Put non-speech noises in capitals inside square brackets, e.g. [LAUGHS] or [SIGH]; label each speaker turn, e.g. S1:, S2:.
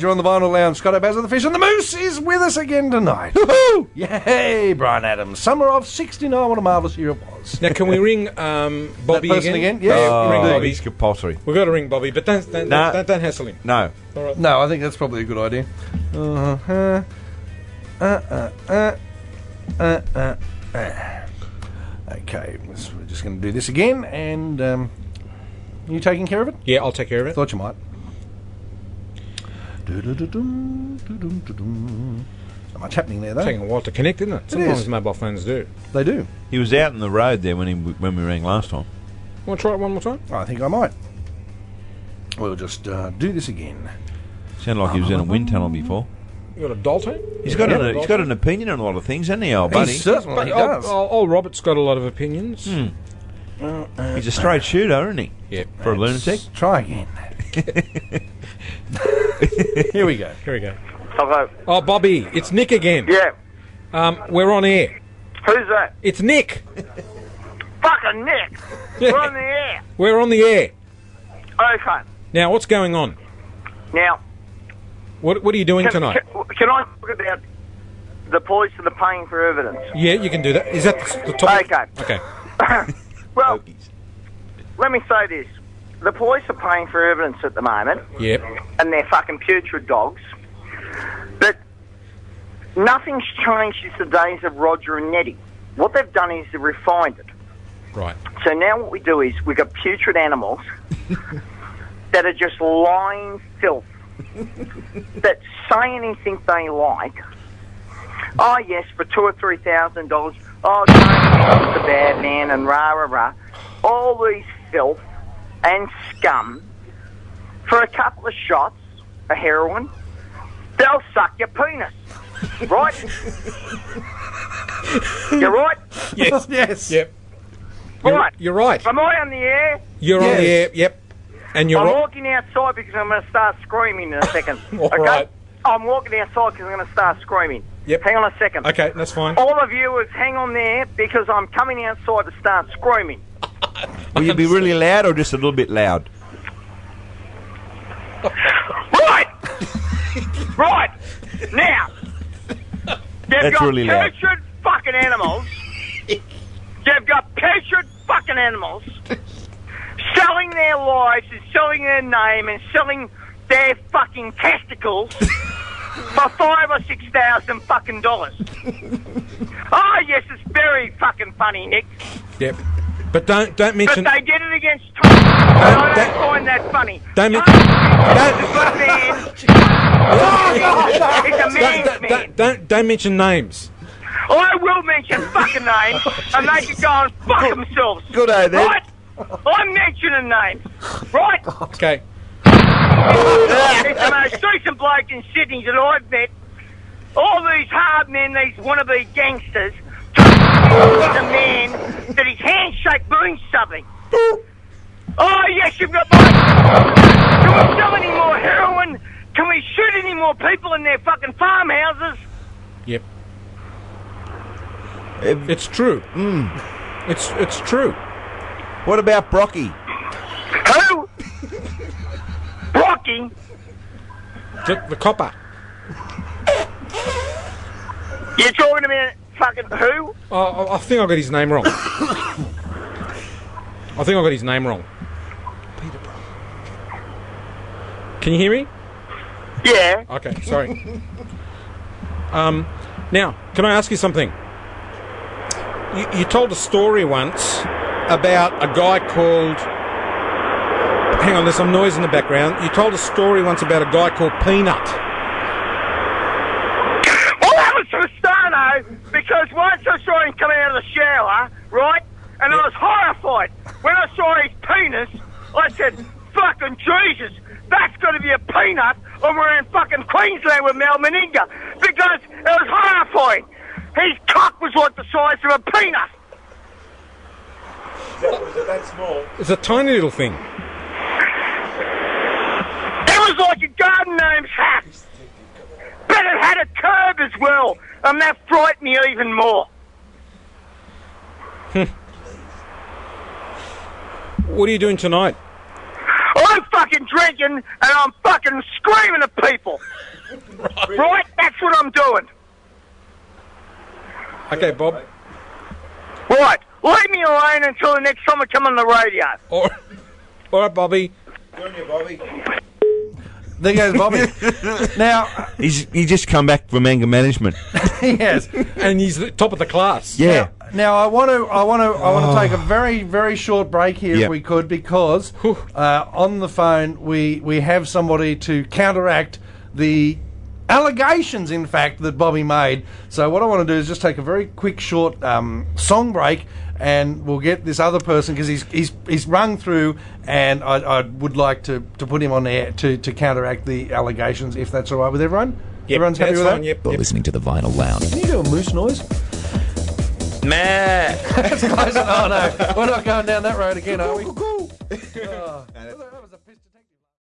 S1: You're on the vinyl lounge. Scott Baz of the Fish and the Moose is with us again tonight. Yay, Brian Adams. Summer of 69. What a marvellous year it was.
S2: Now, can we ring um, Bobby
S1: person again? Yeah,
S2: ring
S1: indeed.
S2: Bobby.
S3: he's compulsory.
S2: We've got to ring Bobby, but don't don't,
S3: Nah.
S2: don't, don't hassle him.
S3: oh, No.
S2: All right.
S1: No, I think that's probably a good idea. Uh-huh. Uh, uh, uh, uh, uh, uh. Okay, so we're just going to do this again. And um, you taking care of it?
S2: Yeah, I'll take care of it.
S1: Thought you might. Doo-doo-doo-dum, doo-dum-doo-dum. Not much happening there, though.
S2: Taking a while to connect, isn't it? Sometimes
S1: is.
S2: mobile phones do.
S1: They do.
S3: He was out in the road there when he when we rang last time.
S2: Want to try it one more time?
S1: I think I might. We'll just uh, do this again.
S3: Sounded like he was in a wind tunnel before.
S2: You got a doll tone?
S3: He's got
S2: Yeah,
S3: an he's
S2: doll
S3: got
S2: tone.
S3: an opinion on a lot of things, hasn't he, old buddy?
S1: He certainly
S2: But old-
S1: does.
S2: Old, old Robert's got a lot of opinions.
S3: He's a straight shooter, isn't he?
S2: Yeah.
S3: For a lunatic.
S1: Let's try again. Here we go.
S2: [LAUGHS] Here we go.
S4: Hello.
S2: Oh, Bobby, it's Nick again.
S4: Yeah.
S2: Um, we're on air.
S4: Who's that?
S2: It's Nick.
S4: Fucking Nick.
S2: [LAUGHS]
S4: We're on the air.
S2: We're on the air.
S4: Okay.
S2: Now, what's going on?
S4: Now,
S2: What, what are you doing
S4: can,
S2: tonight?
S4: can, can I talk about the police and the paying for evidence?
S2: yeah, you can do that. Is that the, the topic?
S4: Okay.
S2: Okay.
S4: Well, let me say this: the police are paying for evidence at the moment,
S2: Yeah.
S4: and they're fucking putrid dogs. But nothing's changed since the days of Roger and Nettie. What they've done is they've refined it.
S2: Right.
S4: So now what we do is we got putrid animals that are just lying filth that say anything they like. Oh yes, for two or three thousand dollars. Oh, Jones was a bad man and rah rah rah. All these filth and scum for a couple of shots of heroin, they'll suck your penis, right? You're right.
S2: Yes.
S1: [LAUGHS] Yes.
S2: Yep.
S4: Right.
S2: You're, you're right.
S4: Am I on the air?
S2: You're on the
S1: Yes.
S2: air. Yep. And you're
S4: I'm
S2: right.
S4: walking outside because I'm going to start screaming in a second.
S2: [LAUGHS] All
S4: okay?
S2: right.
S4: I'm walking outside because I'm going to start screaming.
S2: Yep.
S4: Hang on a second.
S2: Okay, that's fine.
S4: All of you is hang on there because I'm coming outside to start screaming.
S3: [LAUGHS] Will you be really loud or just a little bit loud?
S4: Right! right! Now! They've
S3: That's
S4: got
S3: really loud.
S4: putrid fucking animals. They've got putrid fucking animals selling their lives and selling their name and selling their fucking testicles for five or six thousand fucking dollars. oh, yes, it's very fucking funny, Nick.
S2: Yep. But don't don't
S4: But
S2: mention
S4: they did it against Trump.
S3: Um,
S4: and I don't
S2: that-
S4: find that funny.
S2: don't men-
S4: Trump
S2: don't,
S4: is a good man. He's a
S2: don't,
S4: man's
S2: don't,
S4: man.
S2: don't, don't don't mention names.
S4: Oh, I will mention fucking names, and they can go and fuck themselves.
S3: Good day then.
S4: Right? I'm mentioning names.
S3: [LAUGHS]
S4: Right?
S2: Okay.
S4: It's the most decent bloke in Sydney that I've met. All these hard men, these wannabe gangsters, the man that his handshake means something. Oh, yes, you've got my... Can we sell any more heroin? Can we shoot any more people in their fucking farmhouses?
S2: Yep. It's true.
S4: mm.
S2: It's it's true.
S3: What about Brocky?
S4: Who? Brocky?
S2: The, the copper.
S4: You're talking about fucking who?
S2: Oh, I, I think I got his name
S4: [LAUGHS]
S2: wrong. I think I got his name wrong. Can you hear me?
S4: Yeah.
S2: Okay, sorry. um, now, can I ask you something? You, you told a story once about a guy called. Hang on, there's some noise in the background. You told a story once about a guy called Peanut.
S4: Well, that was Tristano because once I saw him coming out of the shower, right? And I was horrified. When I saw his penis, I said, fucking Jesus, that's going to be a peanut and we're in fucking Queensland with Mal Meninga because it was horrifying. His cock was like the size of a peanut.
S2: It's a tiny little thing.
S4: It was like a garden gnome's hat. But it had a curve as well, and that frightened me even more.
S2: What are you doing tonight?
S4: I'm fucking fucking drinking and I'm fucking screaming at people. right. That's what I'm doing.
S2: Okay, Bob.
S4: Right. Leave me alone until the next time I come on the radio.
S2: All right, [LAUGHS] all right Bobby.
S1: There goes [LAUGHS] Bobby. now, [LAUGHS]
S3: He's he just come back from anger management.
S1: yes.
S2: And he's the top of the class.
S3: Yeah.
S1: Now I want to, I want to, I
S2: Oh.
S1: want to take a very, very short break here if
S3: Yep.
S1: we could, because uh, on the phone we we have somebody to counteract the allegations, in fact, that Bobby made. So what I want to do is just take a very quick, short um, song break, and we'll get this other person because he's he's he's rung through, and I, I would like to, to put him on air to to counteract the allegations, if that's all right with everyone.
S2: Yep,
S1: Everyone's happy
S2: that's
S1: with
S2: fine,
S1: that.
S2: Yep,
S5: You're
S2: yep.
S5: listening to the Vinyl Lounge.
S1: Can you do a moose noise?
S2: Nah.
S1: That's close. enough. Oh no, we're not going down that road again, are we? Oh.